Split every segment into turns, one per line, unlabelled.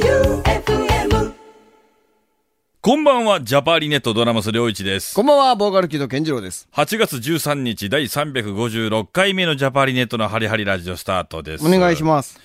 J-O-E-U-F-M
こんばんは、ジャパーリネットドラマス良一です。
こんばんは、ボーカルキード健次郎です。
8月13日第356回目のジャパーリネットのハリハリラジオスタートです。
お願いし
す。
ます。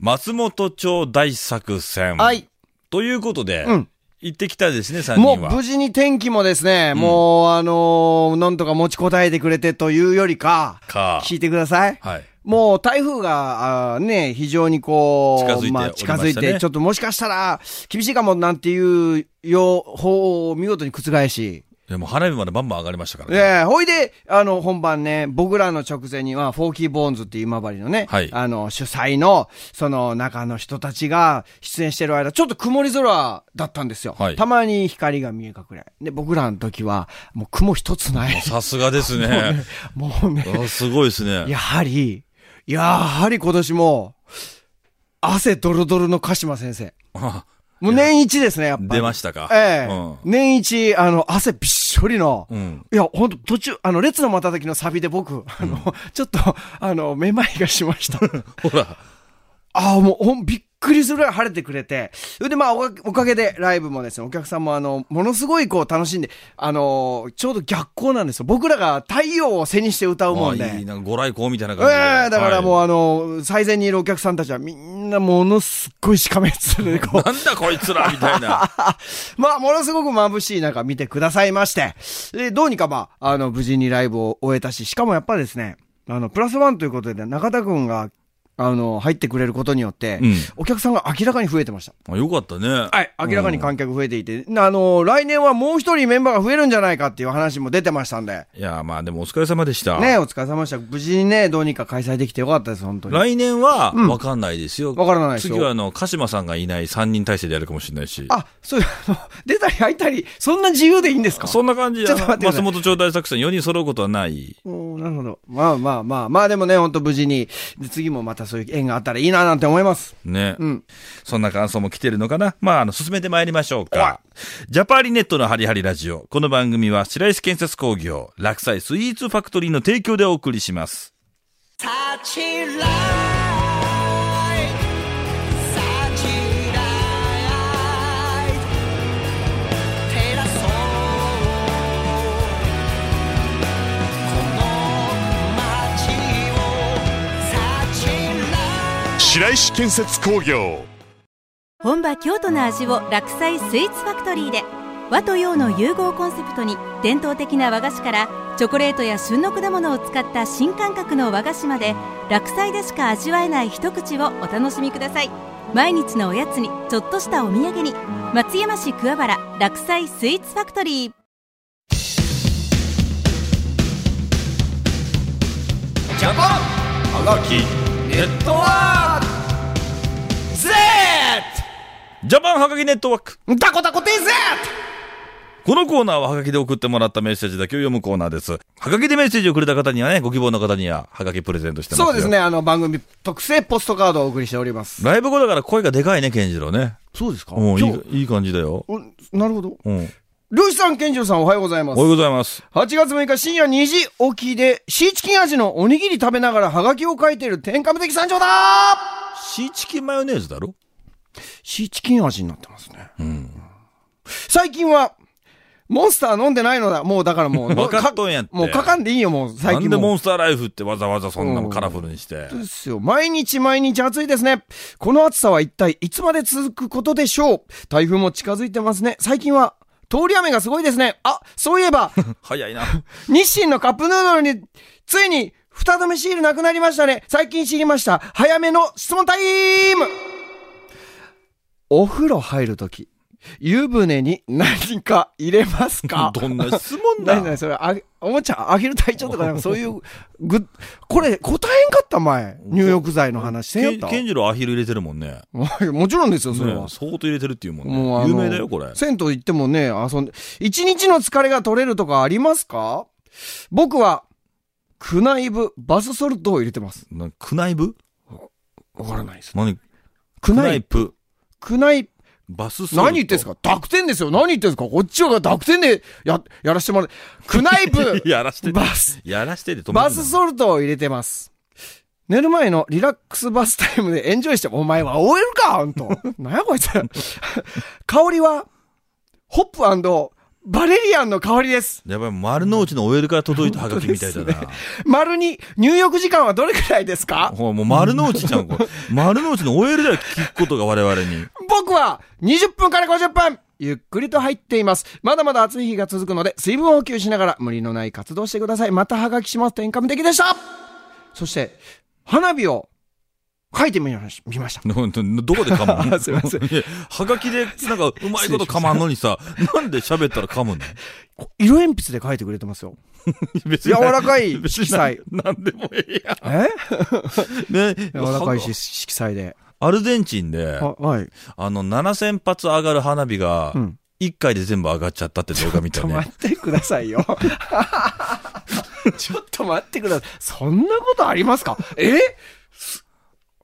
松本町大作戦。
はい。
ということで、
うん
行ってきたですね、3
もう
人は。
無事に天気もですね、もうあのー、なんとか持ちこたえてくれてというよりか、
か。
聞いてください。
はい。
もう台風が、あーね、非常にこ、
近づいうており
近
ま
づ
し
い
たね
て、ちょっともしかしたら厳しいかもなんていう予報を見事に覆し、
でも花火までバンバン上がりましたからね。
ええほいで、あの、本番ね、僕らの直前には、フォーキーボーンズっていう今治のね、
はい
あの、主催の、その中の人たちが出演してる間、ちょっと曇り空だったんですよ。
はい
たまに光が見え隠れ。で、僕らの時は、もう雲一つない。
さすがですね。
もうね、
あすごいですね。
やはり、やはり今年も、汗ドロドロの鹿島先生。
あ
もう年一ですね、やっぱり。
出ましたか。
ええ
うん
年一、あの、汗びっしょりの、
うん
いや、ほんと、途中、あの、列の瞬きのサビで僕、あの、ちょっと、あの、めまいがしました。
ほら、
ああ、もう、ほん、びっくりするぐらい晴れてくれて。それで、まあ、おかおかげで、ライブもですね、お客さんも、あの、ものすごい、こう、楽しんで、あの、ちょうど逆光なんですよ。僕らが太陽を背にして歌うもんで。
あいい、なんかご来光みたいな
ええ
感じで。
だからもう
は
あの、最前にいるお客さんたちはみんなものすっごいしかめっつでこう
い、なんだこいつらみたい な。
まあ、ものすごく眩しい中見てくださいまして、で、どうにかまあ、あの、無事にライブを終えたし、しかもやっぱりですね、あの、プラスワンということで、中田くんが、あの、入ってくれることによって、
うん
お客さんが明らかに増えてました。
あよかったね。
はい、明らかに観客増えていて、あの、来年はもう一人メンバーが増えるんじゃないかっていう話も出てましたんで、
いや、まあでもお疲れ様でした。
ね、お疲れ様でした。無事にね、どうにか開催できてよかったです、本当に。
来年は分かんないですよ。
わからないですよ
次はあの、鹿島さんがいない3人体制でやるかもしれないし。
あ、そう、 あの、出たり入ったり、そんな自由でいいんですか
そんな感じで、
ちょっと待ってくださ
松
い
本町大作戦4人揃うことはない。
おーなるほど。まあまあまあ、まあでもね、ほんと無事に、で次もまたそういう縁があったらいいななんて思います。
ね。
うん。
そんな感想も来てるのかなまあ、あの、進めてまいりましょうか。ジャパーリネットのハリハリラジオ。この番組は白石建設工業、落栽スイーツファクトリーの提供でお送りします。
白石建設工業
本場京都の味を落菜スイーツファクトリーで和と洋の融合コンセプトに伝統的な和菓子からチョコレートや旬の果物を使った新感覚の和菓子まで落菜でしか味わえない一口をお楽しみください毎日のおやつにちょっとしたお土産に松山市桑原落菜スイーツファクトリー
ジャパンはがきネットワークジャパンはがきネットワーク
タコタコテイゼ
このコーナーはハガキで送ってもらったメッセージだけを読むコーナーです。ハガキでメッセージをくれた方にはね、ご希望の方にはハガキプレゼントしてますよ
そうですね、。あの、番組特製ポストカードをお送りしております。
ライブ後だから声がでかいね、ケンジロウね。
そうですか
うん、いい、いい感じだよ。
なるほど。
うん。
漁師さん、健二郎さん、おはようございま
お
す
はよう。ございます。
8月6日深夜2時起きで、シーチキン味のおにぎり食べながらハガキを書いている天下無敵山頂だ
シーチキンマヨネーズだろ
シーチキン味になってますね。最近は、モンスター飲んでないのだ。もうだから もう、
わかっとんやって
もうかかんでいいよ、もう最
なん
近
で
もう。
モンスターライフってわざわざそんなカラフルにして。
そうですよ。毎日毎日暑いですね。この暑さは一体いつまで続くことでしょう台風も近づいてますね。最近は通り雨がすごいですね。あ、そういえば、
早いな。
日清のカップヌードルについに二止めシールなくなりましたね。最近知りました。早めの質問タイムお風呂入るとき、湯船に何か入れますか
どんな質問だ
何々それ、あげおもちゃ、あげる隊長とか、なん かそういう、ぐ、これ、答えんかった前。入浴剤の話せんや
ケ
っ
ン
た
ケンジロウアヒル入れてるもんね。
もちろんですよ、それ
ね
は。
相当入れてるっていうもん
もうあ
ね。
の
有名だよ、これ。
銭湯行ってもね、遊んで、一日の疲れが取れるとかありますか僕は、クナイブ、バスソルトを入れてます。
なクナイブ
わからないです。
何
ク
ク
ナ
ナイ
イ、
プ。
クナイ、
バスソルト
何言ってんすか濁点ですよ何言ってんすかこっちは濁点でや、やらしてもらう。クナイブ、
やらしてて
バス、
やらしてで止めるんだ
バスソルトを入れてます。寝る前のリラックスバスタイムでエンジョイして、お前は OL かほんと。なんやこいつ。香りは、ホップバレリアンの香りです。
やばい、丸の内の OL から届いたハガキみたいだな。
丸に、入浴時間はどれくらいですか
ほら、もう丸の内じゃん、これ。丸の内の OL では聞くことが我々に。
僕は20分から50分ゆっくりと入っています。まだまだ暑い日が続くので、水分補給しながら無理のない活動をしてください。またハガキしますとエンカム的でしたそして、花火を書いてみまし見ました。
ほんとどこで噛むの
すいません
いやハガキで、なんか、うまいこと噛まんのにさ、なんで喋ったら噛むの
こ色鉛筆で書いてくれてますよ。
別
柔らかい
別に
色 彩。
ななんでもええやん。ね。
え柔らかいし色彩で。
アルゼンチンで、
ははい。
あの、7000発上がる花火が
うん、
1回で全部上がっちゃったって動画見
ちょ
た
っと待
ね。
ってくださいよ。 ちょっと待ってください。そんなことありますかえす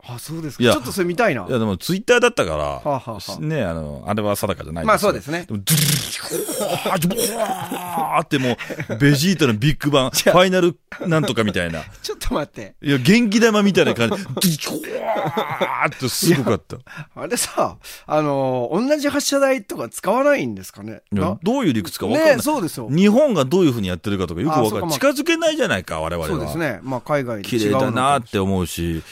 あ、そうですか。
い
ち
や。
ょっとそれ見たいない
や、でもツイッターだったから、
あはあはあ
ね、あの、あれは定かじゃない
まあそうですね
でもズルルルルルルルルルルルルルルルルルってもう、ベジータのビッグバン、ファイナルなんとかみたいな。
ちょっと待って。
いや、元気玉みたいな感じ。ズルルルルルルってすごかった。
あれさ、あのー同じ発射台とか使わないんですかね。
いや
な
どういう理屈かわかんな
ね
い。
そうですよ。
日本がどういうふうにやってるかとかよくわ
あそ
か
う
る
か。まあ
近づけないじゃないか、我々は。
そうですね。まあ、海外で
綺
違う
麗だな
な
って思うし、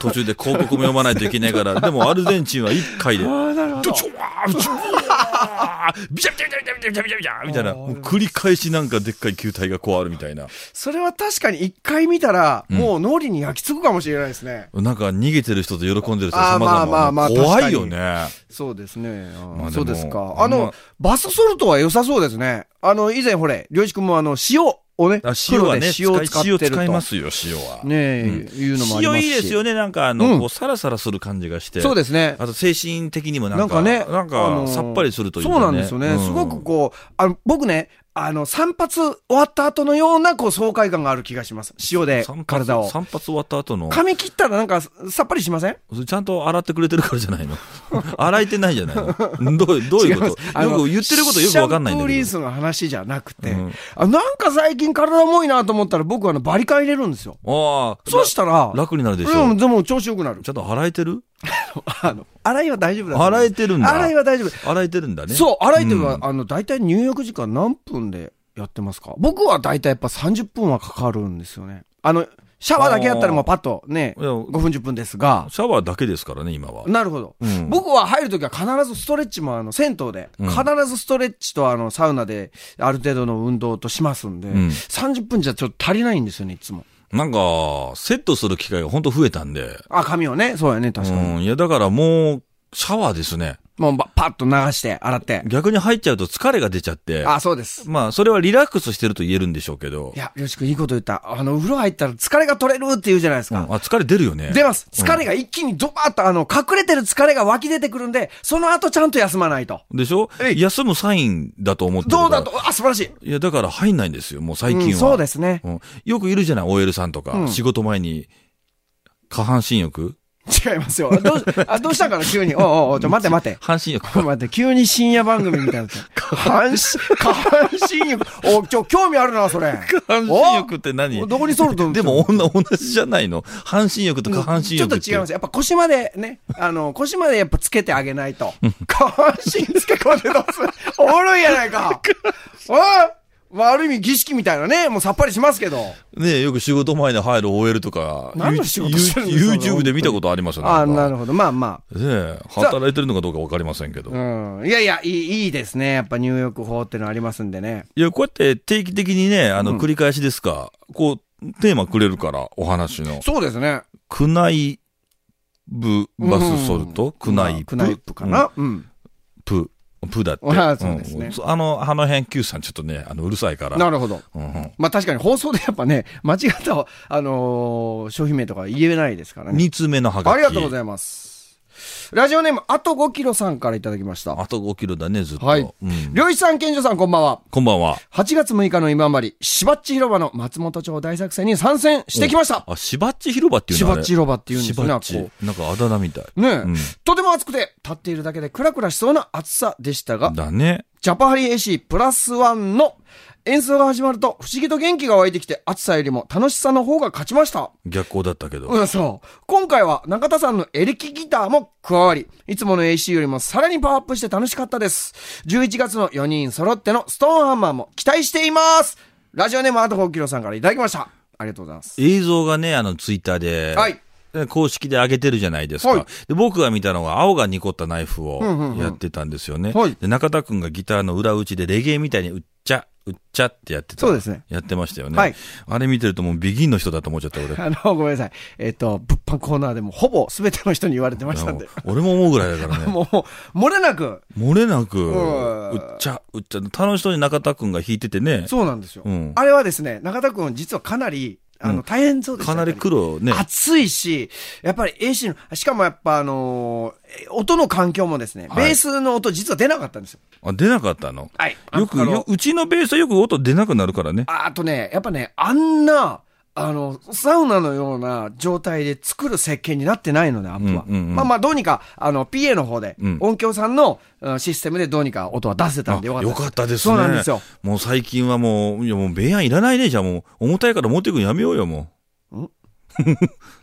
途中で広告も読まないといけない から、でもアルゼンチンは1回で、
ああ、なるほど。
ちょわーちょわービチャビチャビチャビチャビチャビチャみたいな、もう繰り返しなんかでっかい球体がこうあるみたいな。
それは確かに一回見たら、
ん
もう脳裏に焼き付くかもしれないですね。
なんか逃げてる人と喜んでる人
あ
様
ー
々、
まあまあまあ
怖いよね。
そうですね。あー
まあでも
そうですか。
あ
あ
んま
の、バスソルトは良さそうですね。あの、以前ほれ、りょうしくんもあの、塩をね、
あ塩はね、
黒で塩を使
使
っ
い
て
塩
ると。
使いますよ、塩は。
ねえ、いうのもありま
塩
すし。
いいですよ
ね。
ね、なんかあ
うん
の、こう、サラサラする感じがして。
そうですね。
あと精神的にもなん
なん
か、
か
なん
ね、
か、さっぱりするというか、ね。
そうなんですよね。
うん
すごくこう、あの、僕ね、あの、散髪終わった後のような、こう、爽快感がある気がします。塩で
散髪、
体を。
散髪終わった後の、
髪切ったらなんか、さっぱりしません
それちゃんと洗ってくれてるからじゃないの 洗えてないじゃないのどうどういうことよ
あの
く言ってることよくわかんないんだ
シャンプーリ
け
ー
ど。
スの話じゃなくて、
うん
あなんか最近体重いなと思ったら、僕はあの、バリカン入れるんですよ。
ああ、
そうしたら、
ら楽になるでし
う
ょ
ん、。でも調子良くなる
ち。ゃんと洗えてる
あの、洗いは大丈夫だと思う
洗えてるんだ。
洗いは大丈夫。
洗えてるんだね。
そう、洗いというのは、
うん
あの、大体入浴時間何分でやってますか僕は大体やっぱ30分はかかるんですよね。あの、シャワーだけやったらもうパッとね、
いや
5分10分ですが、
シャワーだけですからね、今は。
なるほど。
うん
僕は入るときは必ずストレッチもあの、銭湯で、
うん
必ずストレッチとあの、サウナである程度の運動としますんで、
ん
30分じゃちょっと足りないんですよね、いつも。
なんか、セットする機会が本当増えたんで。
あ、髪をね、そうやね、
う
確かに。
ん。いや、だからもう、シャワーですね。
もうばパッと流して、洗って。
逆に入っちゃうと疲れが出ちゃって。
あ、そうです。
まあ、それはリラックスしてると言えるんでしょうけど
い。や、よしくんいいこと言った。あの、お風呂入ったら疲れが取れるって言うじゃないです
うん
か。
あ、疲れ出るよね。
出ます。疲れが一気にドバーッと、あの、隠れてる疲れが湧き出てくるんで、その後ちゃんと休まないと。
でしょ
えい
休むサインだと思ってるから
どうだと、あ、素晴らしい。
いや、だから入んないんですよ、もう最近は。
うん、そうですね。
うんよくいるじゃない、OL さんとか、
うん
仕事前に、下半身浴
違いますよ。どう、あ、どうしたんかな、急に。おうおうおうちょ、待って待って。
半身浴
ち ょ
か。
待って、急に深夜番組みたい になって。下半身、下半身浴。お、ちょ、興味あるな、それ。
半身浴って何
おどこにソルト
でも、女同じじゃないの半身浴と下半身
ちょっ
浴
と
って。
違います。やっぱ腰までね、あの、腰までやっぱつけてあげないと。下半身つけ込んでどうするおもろいやないか。おいまあ、ある意味儀式みたいなね、もうさっぱりしますけど。
ねえよく仕事前に入る OL とか、
何の仕事してるんですか
YouTube で見たことありますよね。
ああ、な
る
るほど。まあま
ねえ働いてるのかどうかわかりませんけど。
あ。うん。いやいや、いい、いいですね。やっぱ入浴法ってのありますんでね。
いや、こうやって定期的にね、あの、繰り返しですか、こう、テーマくれるから、お話の。
そうですね。
クナイブバスソルト、クナイブ。
クナイプかな。うん。
プ、プだって。
あそうですね
んあの、あの辺、Q さんちょっとね、あの、うるさいから。
なるほど。
うんうん
まあ確かに放送でやっぱね、 間違った、あのー商品名とか言えないですからね。
二通目のハガキ。
ありがとうござ
い
います。ラジオネーム、あと5キロさんからいただきました。
あと5キロだね、ずっと。
はい
うん
漁師さん、賢者さん、こんばんは。
こんばんは。
8月6日の今治、しばっち広場の松本町大作戦に参戦してきました。
あ、しばっち広場っていう
し
の
ばっち広場っていうんです
し
よね
ば
あ
っ
っ
ち
こ。
なんかあだ名みたい。
ねえ、
ん
とても暑くて、立っているだけでクラクラしそうな暑さでしたが、
だね。
ジャパハリ AC プラスワンの演奏が始まると不思議と元気が湧いてきて暑さよりも楽しさの方が勝ちました。
逆光だったけど。
うん、そう。今回は中田さんのエレキギターも加わり、いつもの AC よりもさらにパワーアップして楽しかったです。11月の4人揃ってのストーンハンマーも期待していますラジオネームアートホキロさんからいただきました。ありがとうございます。
映像がね、あの、ツイッターで、
はい
公式で上げてるじゃないですか。
はい
で僕が見たのは、青がニコったナイフをやってたんですよね。
はい
で中田くんがギターの裏打ちでレゲエみたいに、うっちゃ、うっちゃってやってた。
そうですね
やってましたよね。
はい
あれ見てるともう、ビギンの人だと思っちゃった、 俺。
あの、ごめんなさい。えっ、と、物販コーナーでもほぼ全ての人に言われてましたんで。
俺も思うぐらいだから ね。
もう、漏れなく、
漏れなく、
ん
うっちゃ、うっちゃ、楽しそうに中田くんが弾いててね。
そうなんですよ。
うん
あれはですね、中田くん実はかなり、あの、
うん
大変そうでした
か
よ
なり苦労ね。
暑いし、やっぱり AC の、しかもやっぱあのーえ音の環境もですね、
はい
ベースの音実は出なかったんですよ。
あ、出なかったの。
はい
よく、
あの
ようちのベースはよく音出なくなるからね。
ああとね、やっぱね、あんな、あの、サウナのような状態で作る設計になってないので、アップは。
うんうんうん
まあまあ、どうにか、あの、PA の方で、
うん
音響さんのうんシステムでどうにか音は出せたんでよかっ
あ
た
よかったですね。
そうなんですよ。
もう最近はもう、いやもう、米安いらないね、じゃあもう、重たいから持っていくのやめようよ、も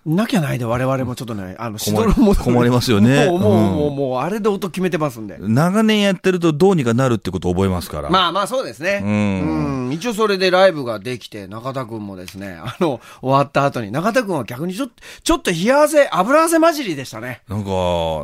なきゃないで我々もちょっとね、あの、
困る
指導も
困りますよね
もう、もう、もう、
うん
もう、あれで音決めてますんで。
う。長年やってるとどうにかなるってこと覚えますから。
まあまあそうですね。
うん
うん一応それでライブができて、中田くんもですね、 あの、終わった後に、中田くんは逆にちょっと、ちょっと冷や汗、油汗混じりでしたね。
なんか、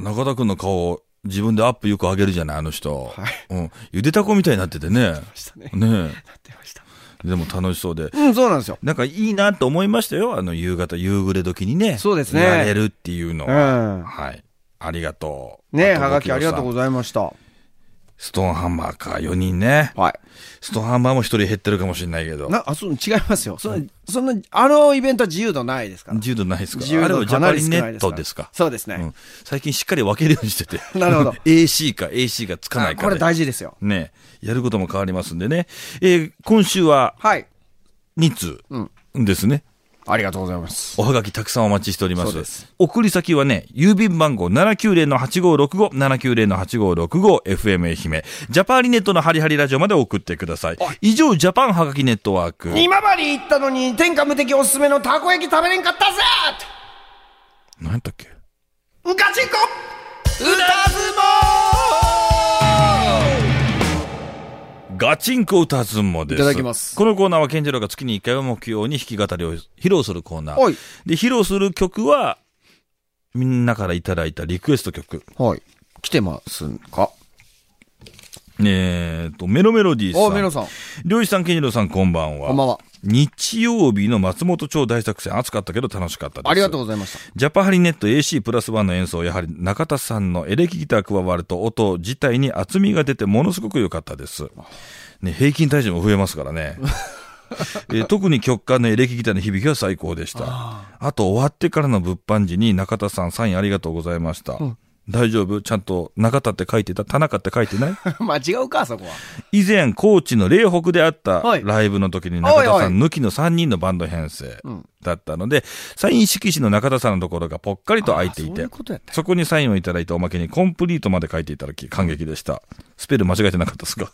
中田くんの顔、自分でアップよく上げるじゃない、あの人。
はい
うん。ゆでたこみたいになっててね。
したね
ね
なってました。
えでも楽しそうで。
うん、そうなんですよ。
なんかいいなと思いましたよ。あの、夕方、夕暮れ時にね。
そうですね
やれるっていうの
う
は。
ん。
はい。ありがとう。
ねえ、
あ
はがきありがとうご
ございます。
ざいました。
ストーンハンマーか、4人ね。
はい。
ストーンハンマーも1人減ってるかもしれないけど。
な、あ、そう、違いますよ。その、その、あのイベントは自由度ないですから。
自由度ないですか
自由
あれ
度
はジ
か
ャパ
なり
リ
少
ネ
な
ッ
いですか
ト
ら。
ですか。
そうです
う
ね
ん。最近しっかり分けるようにしてて。
なるほど
AC か AC がつかない
あ
か
こ
ら、
れ大事ですよ。
ね。やることも変わりますんでね。えー今週は
はい。
2通ですね。
ありがとうございます。
おはがきたくさんお待ちしております。
そうです
送り先はね、郵便番号790-8565、790-8565、FM 愛媛、ジャパーリネットのハリハリラジオまで送ってください。以上、ジャパンはがきネットワーク。
今治行ったのに、天下無敵おすすめのたこ焼き食べれんかったぜ
何やったっけ
ムカチンコ歌相撲
ガチンコ歌相撲です。
いただきます
このコーナーは、健次郎が月に1回を目標に弾き語りを披露するコーナー。
はい
で、披露する曲は、みんなからいただいたリクエスト曲。
はい。来てますか
えーと、メロメロディーさん。
おメロさん。
漁師さん、健次郎さん、こんばんは。
こんばんは。
日曜日の松本町大作戦、暑かったけど楽しかったです。
ありがとう
う。
ございました。
ジャパハリネット AC プラスワンの演奏、やはり中田さんのエレキギター加わると音自体に厚みが出てものすごく良かったです。ね、平均体重も増えますから ね。えー特に曲間のエレキギターの響きは最高でした。あと終わってからの物販時に中田さんサインありがとうございました。大丈夫ちゃんと中田って書いてた田中って書いてない
まあ違うか、そこは。
以前、高知の嶺北であった
はい
ライブの時に中田
はい
さ
はい
ん抜きの3人のバンド編成だったので、サイン色紙の中田さんのところがぽっかりと空いてい
あそうい
て
うことやっ、た
そこにサインをいただいておまけにコンプリートまで書いていただき感激でした。スペル間違えてなかったですか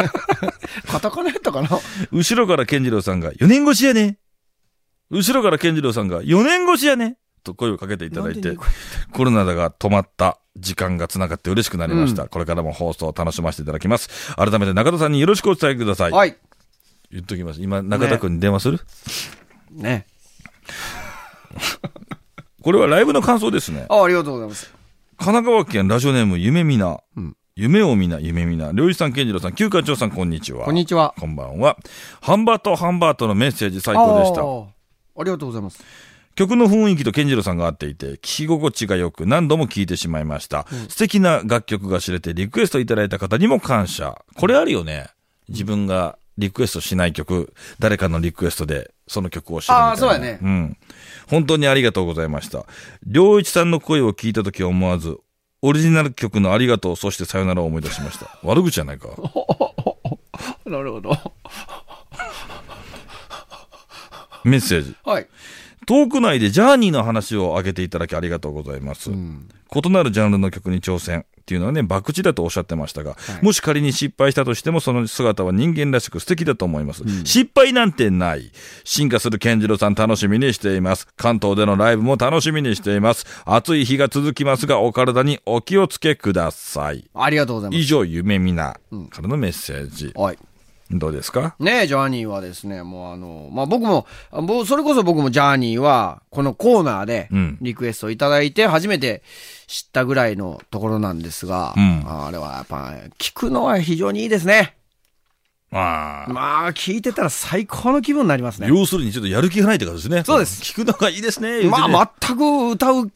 カタカナやったかな
後ろから健次郎さんが4年越しやね後ろから健次郎さんが4年越しやねと声をかけていただい
なんで
て
二個、
コロナが止まった時間が繋がって嬉しくなりました。これからも放送を楽しませていただきます。改めて中田さんによろしくお伝えください。
はい。
言っときます。今、中田くんに電話する、
ね。
これはライブの感想ですね。
あ、ありがとうございます。
神奈川県ラジオネーム、夢見な。夢を見な、夢見な。両一さん、健次郎さん、旧館長さん、こんにちは。
こんにちは。
こんばんは。ハンバート、ハンバートのメッセージ最高でした。
た。ありがとうございます。
曲の雰囲気と健次郎さんが合っていて、聞き心地が良く何度も聴いてしまいました。素敵な楽曲が知れてリクエストいただいた方にも感謝。これあるよね。自分がリクエストしない曲、誰かのリクエストでその曲を知るみたいな。
あーそうやね
うん。本当にありがとうございました。良一さんの声を聞いた時は思わず、オリジナル曲のありがとう、そしてさよならを思い出しました。悪口じゃないか。
なるほど。
メッセージ。
はい。
トーク内でジャーニーの話を挙げていただきありがとうございます。異なるジャンルの曲に挑戦。っていうのはね、博打だとおっしゃってましたが、もし仮に失敗したとしても、その姿は人間らしく素敵だと思います。失敗なんてない。進化する健次郎さん楽しみにしています。関東でのライブも楽しみにしています。暑い日が続きますが、お体にお気をつけください。
ありがとうございま
以
す。
上、夢みなからのメッセージ。
はい。
どうですか
ねえ、ジャーニーはですね、もうあの、まあ、僕も、あもうそれこそ僕もジャーニーは、このコーナーで
うん、
リクエストいただいて、初めて知ったぐらいのところなんですが、
うん
ああれはやっぱ、聞くのは非常にいいですね。
まあ、
まあ、聞いてたら最高の気分になりますね。
要するにちょっとやる気がないってことですね。
そうです。
聞くのがいいですね。
ま
あ。
あ、全く歌う、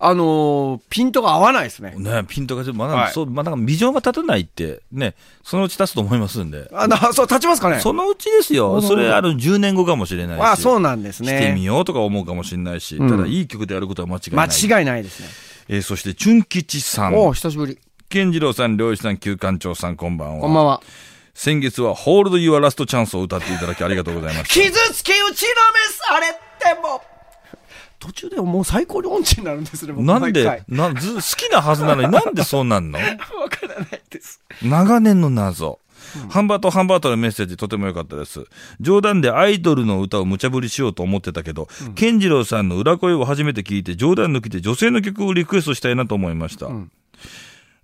あのーピントが合わないですね。
ね、ピントがちょっと、まだ、
はい
そう、まあ、なんか、微情が立たないって、ね、そのうち立つと思いますんで。
あ、な、そう、立ちますかね
そのうちですよ。それ、あの、10年後かもしれないし。
あ、そうなんです
してみ
ね。
ようとか思うかもしれないし、
ん
ただ、いい曲でやることは間違いな
間
い。
違いないですね。
えーそして、チュン吉さん。
おう久しぶり。
健次郎さん、良一さん、旧館長さん、こんばんは。
こんばんは。
先月は、ホールド・ユア・ラスト・チャンスを歌っていただきありがとうございます。
傷つき打ちのメス、あれってもう。途中でもう最高に音痴になるんですね、僕
なん
毎
で
回、
な、ず、好きなはずなのになんでそうなんの
わからないです。
長年の謎。ハンバートハンバートのメッセージとても良かったです。冗談でアイドルの歌を無茶ぶりしようと思ってたけど、健次郎さんの裏声を初めて聞いて冗談抜きで女性の曲をリクエストしたいなと思いました。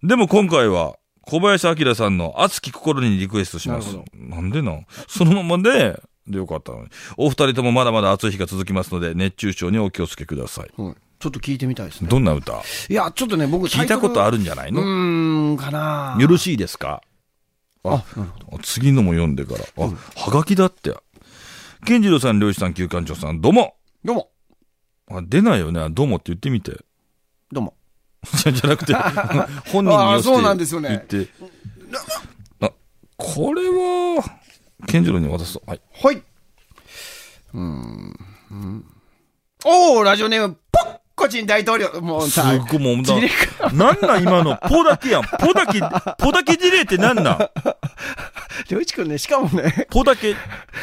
でも今回は小林明さんの熱き心にリクエストします。なんでなんそのままで、でよかったのに。お二人ともまだまだ暑い日が続きますので、熱中症にお気をつけください。
うんちょっと聞いてみたいですね。
どんな歌
いや、ちょっとね、僕
聞いたこと
あ
あるんじゃない
るう
の
ーん、かな
よろしいですか
あ、
次のも読んでから。あ、はがきだって。健次郎さん、漁師さん、旧館長さん、どうも。
どうも、
あ、出ないよね。どうもって言ってみ て。
どうも。
じゃじゃなく て、本人に寄
あー
せて
そうなんですよね
言って。あ、これは、健次郎に渡すと。はい。
はい。うーん。うん、おー、ラジオネーム、ポッコチン大統領。もう
すっ
さ、
ごいもう、
地理
ななんなん今の、ポだけやん。ポだけ、ポだけ事例ってなんなん
りょういちくんね、しかもね、
ポだけ。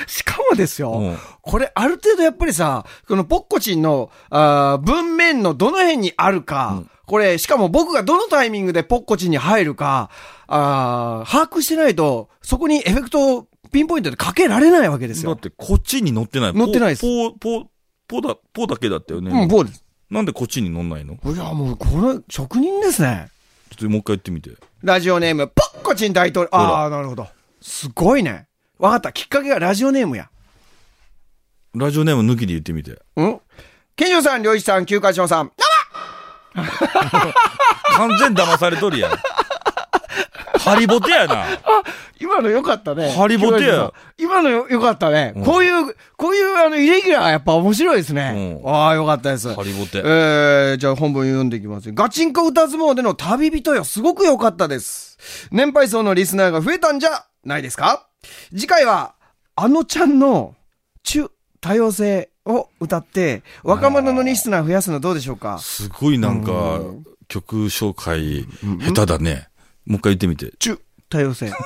しかもですよ、
うん
これある程度やっぱりさ、このポッコチンの、あー文面のどの辺にあるか、これ、しかも僕がどのタイミングでポッコチンに入るか、あー把握してないと、そこにエフェクトをピンポイントでかけられないわけです
だっ
よ。
て、こっちに乗ってない。
乗ってないです
ポ、ポ、ポポだ、ポだけだったよね。
うん、そうです。
なんでこっちに乗んないのちょ
いや、もう、これ、職人ですね。
っともう一回言ってみて。
ラジオネーム、ポッコチン大統領。ああ、なるほど。すごいね。わかった。きっかけがラジオネームや。
ラジオネーム抜きで言ってみて。
うん健二さん、良一さん、休暇長さん。
完全騙されとるやん。ハリボテやな。
今の良かったね。
ハリボテや
今のよ良かったね、
うん
こういう、こういうあの、イレギュラーがやっぱ面白いですね。
うん
ああ、良かったです。
ハリボテ
えー、じゃあ本文読んでいきますよ。ガチンコ歌相撲での旅人よ、すごく良かったです。年配層のリスナーが増えたんじゃないですか次回は、あのちゃんの、中、多様性を歌って、若者のリスナー増やすのどうでしょうか
すごいなんか、曲紹介、下手だね。もう一回言ってみて。
中、多様性。
なんか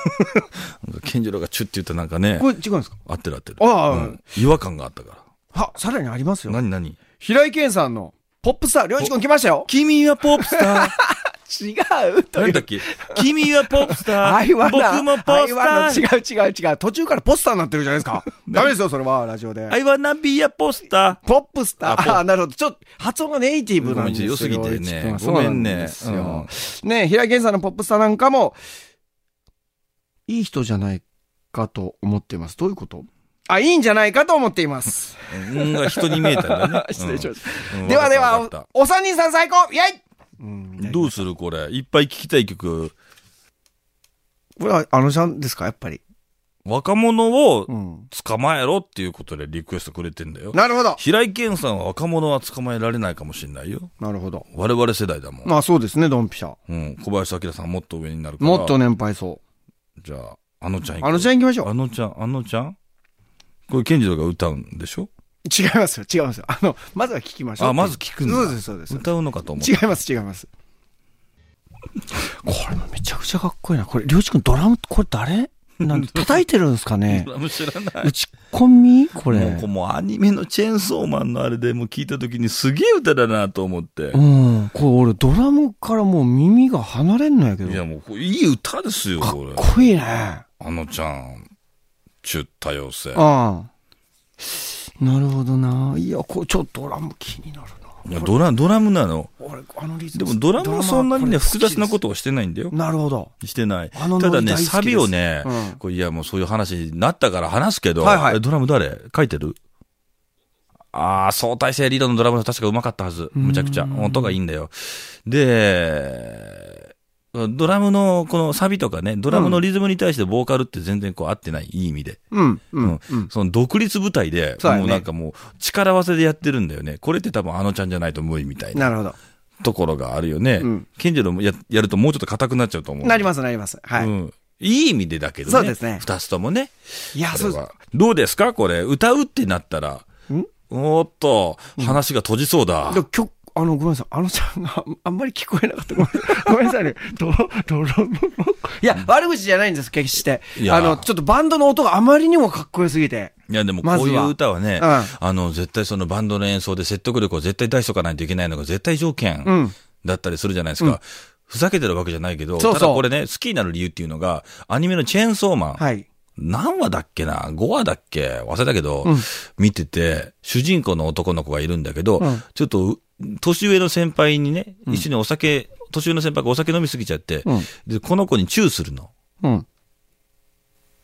健次郎がチュって言ったらなんかね
こ、れ違うんですか
合ってる合ってる。
ああ
うん違和感があったか
は、さらにあります
ら。
よ。
何何
平井堅さんの、ポップスター、りょういちくん来ましたよ。
君はポップスター。
違うと
何
いう
だっ。け君はポップスタ
あい
ー。
わ
僕
な。
もポップスタ
あい
ー。
わな違う違う違う。途中からポスターになってるじゃないで すか。ダメですよ、それは、ラジオで。
I wanna be a ポスター。
ポップスタ
あポ
ー。あ、なるほど。ちょっと、発音がネイティブなんですよ。
ごめん良すぎてね
りょういちく
ご
んは
めんね
そうなんですよね平井堅さんのポップスターなんかも、いい人じゃないかと思っています。どういうことあ、いいんじゃないかと思ってい ます。。
うんが人に見えたんだね
失礼しました
うんうん
ではで
わかっ
は
たわかっ、
おお三人さん最高イェイ
たどうするこれ。いっぱい聞きたい曲。
これは、あのちゃんですかやっぱり。
若者を
うん。
捕まえろっていうことでリクエストくれてんだよ。
なるほど。
平井堅さんは若者は捕まえられないかもしれないよ。
なるほど。
我々世代だもん。
まあそうですね、ドンピシャ。
うん、小林明さんもっと上になるから。
もっと年配層。
じゃあ、あのちゃん行こう
あのちゃん行きましょ
あのちゃん、あのちゃんこれ、ケンジとか歌うんでしょ
う。違いますよ、違いますよ。あの、まずは聞きましょう。
あ、まず聞くんだ。
そうです、そうです。
歌うのかと思
違います、違います。これもめちゃくちゃかっこいいな。これ、りょうちくんドラム、これ誰 なん叩いてるんですかね
ドラム知らない。
打ち込みこれ。
もうこうもうアニメのチェーンソーマンのあれでもう聞いた時にすげえ歌だなと思って
う。ん。これ俺ドラムからもう耳が離れんのやけど。
い
か
やもうこういい歌ですよ、これ
っ。こいいね。
あのちゃん、ちゅったよせ。
ああ。なるほどな。いや、こうちょっとドラム気になるな。
いやドラドラムなの。
俺、あのリズ
で
ム。
もドラムはそんなにね、
ドラマ。
複雑なこととはしてないんだよ。
なるほど。
してない。
あの
ただ
ノリ
ね、
大好きです
サビをね、
うん
こういやもうそういう話になったから話すけど、
はいはい
えドラム誰書いてるああ、相対性リードのドラムの確かうまかったはず。むちゃくちゃ。音がいいんだよ。で、ドラムのこのサビとかね、ドラムのリズムに対してボーカルって全然こう合ってない。いい意味で。
うん、う
うんん、その独立舞台で、
そうだね
もうなんかもう力合わせでやってるんだよね。これって多分あのちゃんじゃないと無理みたいな
なるほど。
ところがあるよね。
うん
ケンジロもややるともうちょっと硬くなっちゃうと思う。
なります、なります。はい。
うん。いい意味でだけどね。
そうですね
二つともね。
いや、
こ
そ
れ
うです
は。どうですかこれ。歌うってなったら。
ん
おーっと、話が閉じそうだ。
できょあの、ごめんなさい。あのちゃんがあんあんまり聞こえなかった。ごめんごめんなさいね。ドラドラムもいや、悪口じゃないんです、決して
い。や
あの、ちょっとバンドの音があまりにもかっこよすぎて。
いやでも
まず
こ
は
ういう歌はね、
うん
あの、絶対そのバンドの演奏で説得力を絶対出しとかないといけないのが絶対条件
ん
だったりするじゃないですか。ふざけてるわけじゃないけど、
そうそう
ただこれね、好きになる理由っていうのが、アニメのチェーンソーマン。
はい。
何話だっけな ?5 話だっけ忘れたけど、
ん
見てて、主人公の男の子がいるんだけど、
うん
ちょっとう、年上の先輩にね、一緒にお酒、年上の先輩がお酒飲みすぎちゃって、
うん
で、この子にチューするの。
うん。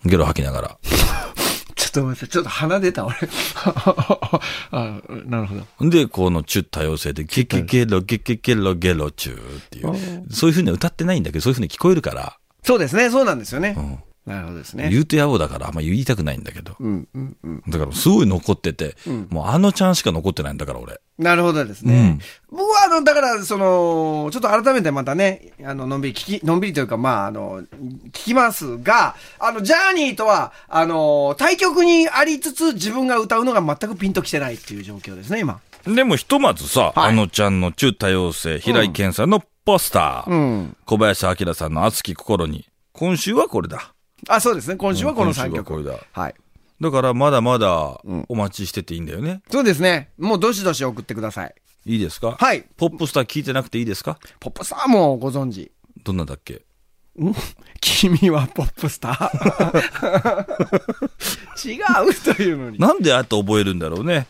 ゲロ吐きながら。
ちょっとごめんなさい。ちょっと鼻出た、俺。 あなるほど。
で、このチュー多様性で、ゲゲゲロ、ゲゲゲロ、ゲロチューっていう。そういう風には歌ってないんだけど、そういう風に聞こえるから、
そうですね。そうなんですよね。
ん
なるほどですね。
言うてやぼうだからあんま言いたくないんだけど。
うん、うん、うん。
だからすごい残ってて、もうあのちゃんしか残ってないんだから俺。
なるほどですね。僕は、あの、だから、その、ちょっと改めてまたね、あの、のんびり聞き、のんびりというか、まあ、あの、聞きますが、あの、ジャーニーとは、あの、対局にありつつ、自分が歌うのが全くピンときてないっていう状況ですね、今。
でもひとまずさ、
は
あ
い
のちゃんの中多様性、平井堅さんのポスター、
ん。
小林明さんの熱き心に、今週はこれだ。
あ、そうですね。今週はこの
今週は
3曲。
これだ
はい。
だからまだまだお待ちしてていいんだよね。
そうですね。もう、どしどし送ってください。
いいですか
はい
ポップスター聞いてなくていいですか
ポップスターもご存知。
どんなだっけ
君はポップスター 違うというのに。
なんであと覚えるんだろうね。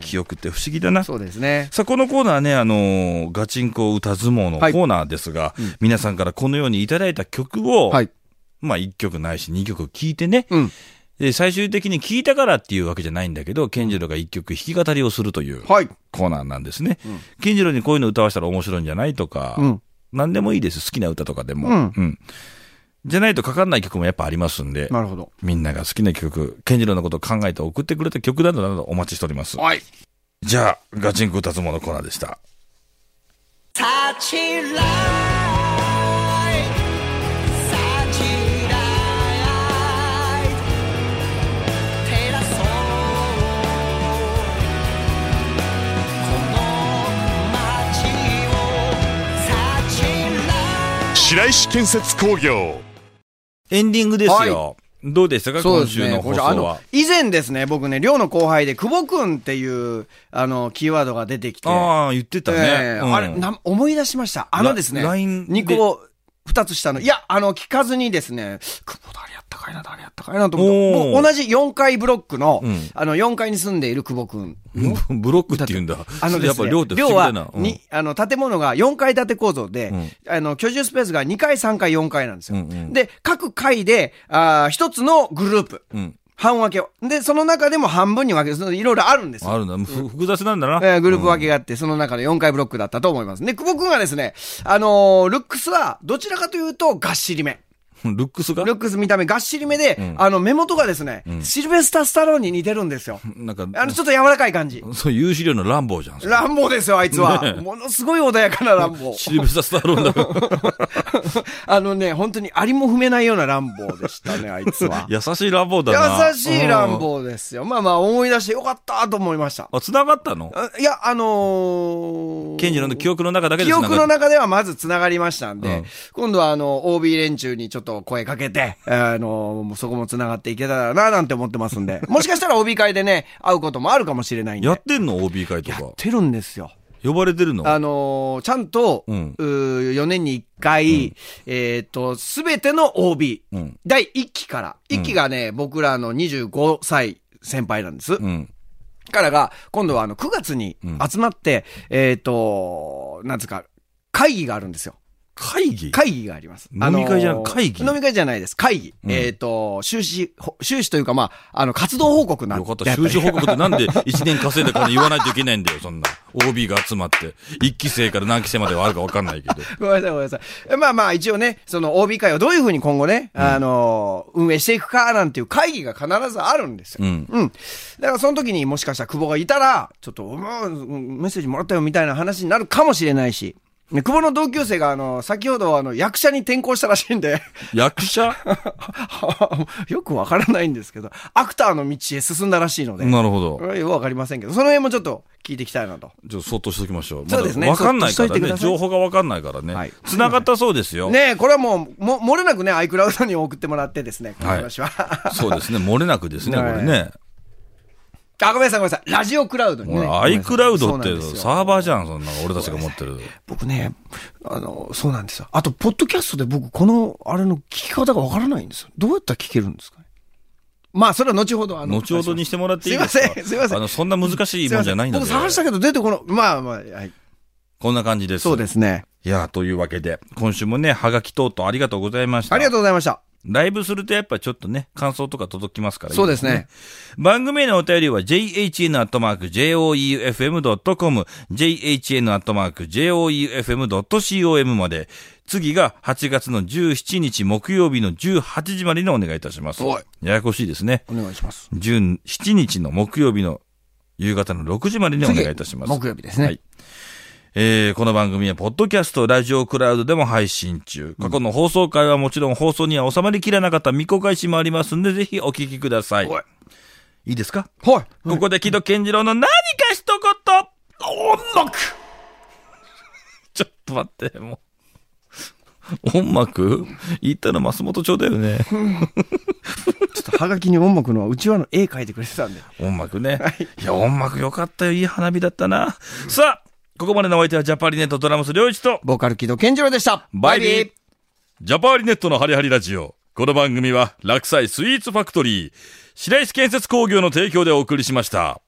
記憶って不思議だな。
そうですね。
さあ、このコーナーね、あのーガチンコ歌相撲のコ
はい
ーナーですが、皆さんからこのようにいただいた曲を、
はい。
まあ1曲ないし2曲聴いてね、
うん。
で、最終的に聞いたからっていうわけじゃないんだけど、ケンジロが一曲弾き語りをするというコ
はい。
ーナーなんですね。ケンジロにこういうの歌わせたら面白いんじゃないとか、
うん
何でもいいです。好きな歌とかでも。
うん
じゃないとかかんない曲もやっぱありますんで、
なるほど。
みんなが好きな曲、ケンジロのことを考えて送ってくれた曲などなどお待ちしております。
はい。
じゃあ、ガチンコ歌相撲のコーナーでした。
白石建設工業
エンディングですよ。どうでしたか、
そう
今
です
週の
ね。
放
こ
送
ちらあの
は。、
以前ですね、僕ね、寮の後輩で、久保くんっていう、あの、キーワードが出てきて。
ああ、言ってたね。
ええ
うん
あれ、な、思い出しました。あのですね、
ラ LINE で
2個、2つ下の、いや、あの、聞かずにですね、久保誰やったかいな、誰やったかいなと思って、
おー
もう同じ4階ブロックの、
うん
あの、4階に住んでいる久保くんの
うんブロックって言うんだ。
あのですね、
やっぱ量って不思議
寮
だな
は。、
うん
に、あの、建物が4階建て構造で、
う
あの、居住スペースが2階、3階、4階なんですよ。
うんうん
で、各階で、あ1つのグループ、
うん。
半分けを。で、その中でも半分に分けそのいろいろあるんですよ。
あるんだ。ふ複雑なんだな。
えーグループ分けがあって、その中で4階ブロックだったと思います。で、久保くんがですね、あのールックスは、どちらかというと、がっしりめ。
うんルックスが
ルックス見た目がっしりめで、あの、目元がですね、シルベスタ・スタローンに似てるんですよ。
なんか、
あの、ちょっと柔らかい感じ。
そう、有資料の乱暴じゃん。それ
乱暴ですよ、あいつは。ものすごい穏やかな乱 暴。
シルベスタースタローンだ よ。
あのね、本当にありも踏めないような乱暴でしたね、あいつは
優しい乱暴だな。
優しい乱
うん。
暴ですよ。まあまあ、思い出してよかったと思いました。
あ、繋がったの
あいや、あのー、
ケンジロの記憶の中だけで
記
繋がっ
憶の中ではまず繋がりましたんで、
うん
今度はあの、OB 連中にちょっとと声かけて、あの、もうそこも繋がっていけたらな、なんて思ってます んで。もしかしたら帯会でね、会うこともあるかもしれないんで。
やってんの ?OB 会と
や
か
っ。てるんですよ。
呼ばれてるの
あのーちゃんと、
う
うん4年に1回、えっ、と、すべての OB、
うん
第1期から、1期がね、僕らの25歳先輩なんです。
うん。
からが、今度はあの9月に集まって、えっ、と、なんつうか、会議があるんですよ。
会議
会議があります。
飲み会じゃん
あのー
会議
飲み会じゃないです。会議。
うん
えっ、と、収支、ほ収支というか、まあ、あの、活動報告なん
よかっ
で
た。
あたり
収支報告ってなんで1年稼いだから言わないといけないんだよ、そんな。OB が集まって。1期生から何期生まではあるかわかんないけど。
ごめんなさい、ごめんなさい。えまあまあ、一応ね、その OB 会をどういうふうに今後ね、あの、運営していくかなんていう会議が必ずあるんですよ。
うん。
うん。だからその時にもしかしたら久保がいたら、ちょっと、もううんメッセージもらったよみたいな話になるかもしれないし、ね久保の同級生が、あの、先ほど、あの、役者に転校したらしいんで、
役者
よくわからないんですけど、アクターの道へ進んだらしいので、
なるほど
こ。れはよくわかりませんけど、その辺もちょっと聞いていきたいなと。
ちょっとそっとしときましょう。
そうですね
まだわかんないか
そっとしといてく
らね。
ださい
情報がわかんないからね。
はい
繋がったそうですよ。
ねえこれはもう、も、漏れなくね、アイクラウドに送ってもらってですね、この話は。
そうですね。漏れなくですね、 こ
はい
れね。
あ、ごめんなさい、ごめんなさい。ラジオクラウドに
ほ
ね。
ら、アイクラウドって
さ、
サーバーじゃん、そんなの俺たちが持ってる。
僕ね、あの、そうなんですよ。あと、ポッドキャストで僕、この、あれの聞き方がわからないんですよ。どうやったら聞けるんですかね。まあ、それは後ほど、あの。
後ほどにしてもらっていいです
すい
か
ませんすいません
あの、そんな難しいもんじゃないんだ
僕探したけど出てこの、まあまあ、はい。
こんな感じです。
そうですね。
いやー、というわけで、今週もね、はがき等々ありがとうございました。
ありがとうございました。
ライブするとやっぱちょっとね、感想とか届きますから
そうですね。
番組へのお便りは jhn.joeufm.com、jhn.joeufm.com まで、次が8月の17日木曜日の18時までにお願いいたします。
おい
ややこしいですね。
お願いします。
17日の木曜日の夕方の6時までにお願いいたします。
木曜日ですね。
はいえーこの番組は、ポッドキャスト、ラジオクラウドでも配信中。過去の放送回はもちろん放送には収まりきらなかった未公開誌もありますんで、ぜひお聞きください。
おい
いいですか
はい。
ここで木戸健次郎の何か一言音楽 ちょっと待って、もう。音楽言ったの松本町だよね。
ちょっと、はがきに音楽の、うちわの絵描いてくれてたんで。
音楽ね。いや、音楽よかったよ。いい花火だったな。さあ、ここまでのお相手はジャパリネットドラムス良一と、
ボーカル、木戸健次郎でした。
バイビー。ジャパーリネットのハリハリラジオ。この番組は、落栽スイーツファクトリー、白石建設工業の提供でお送りしました。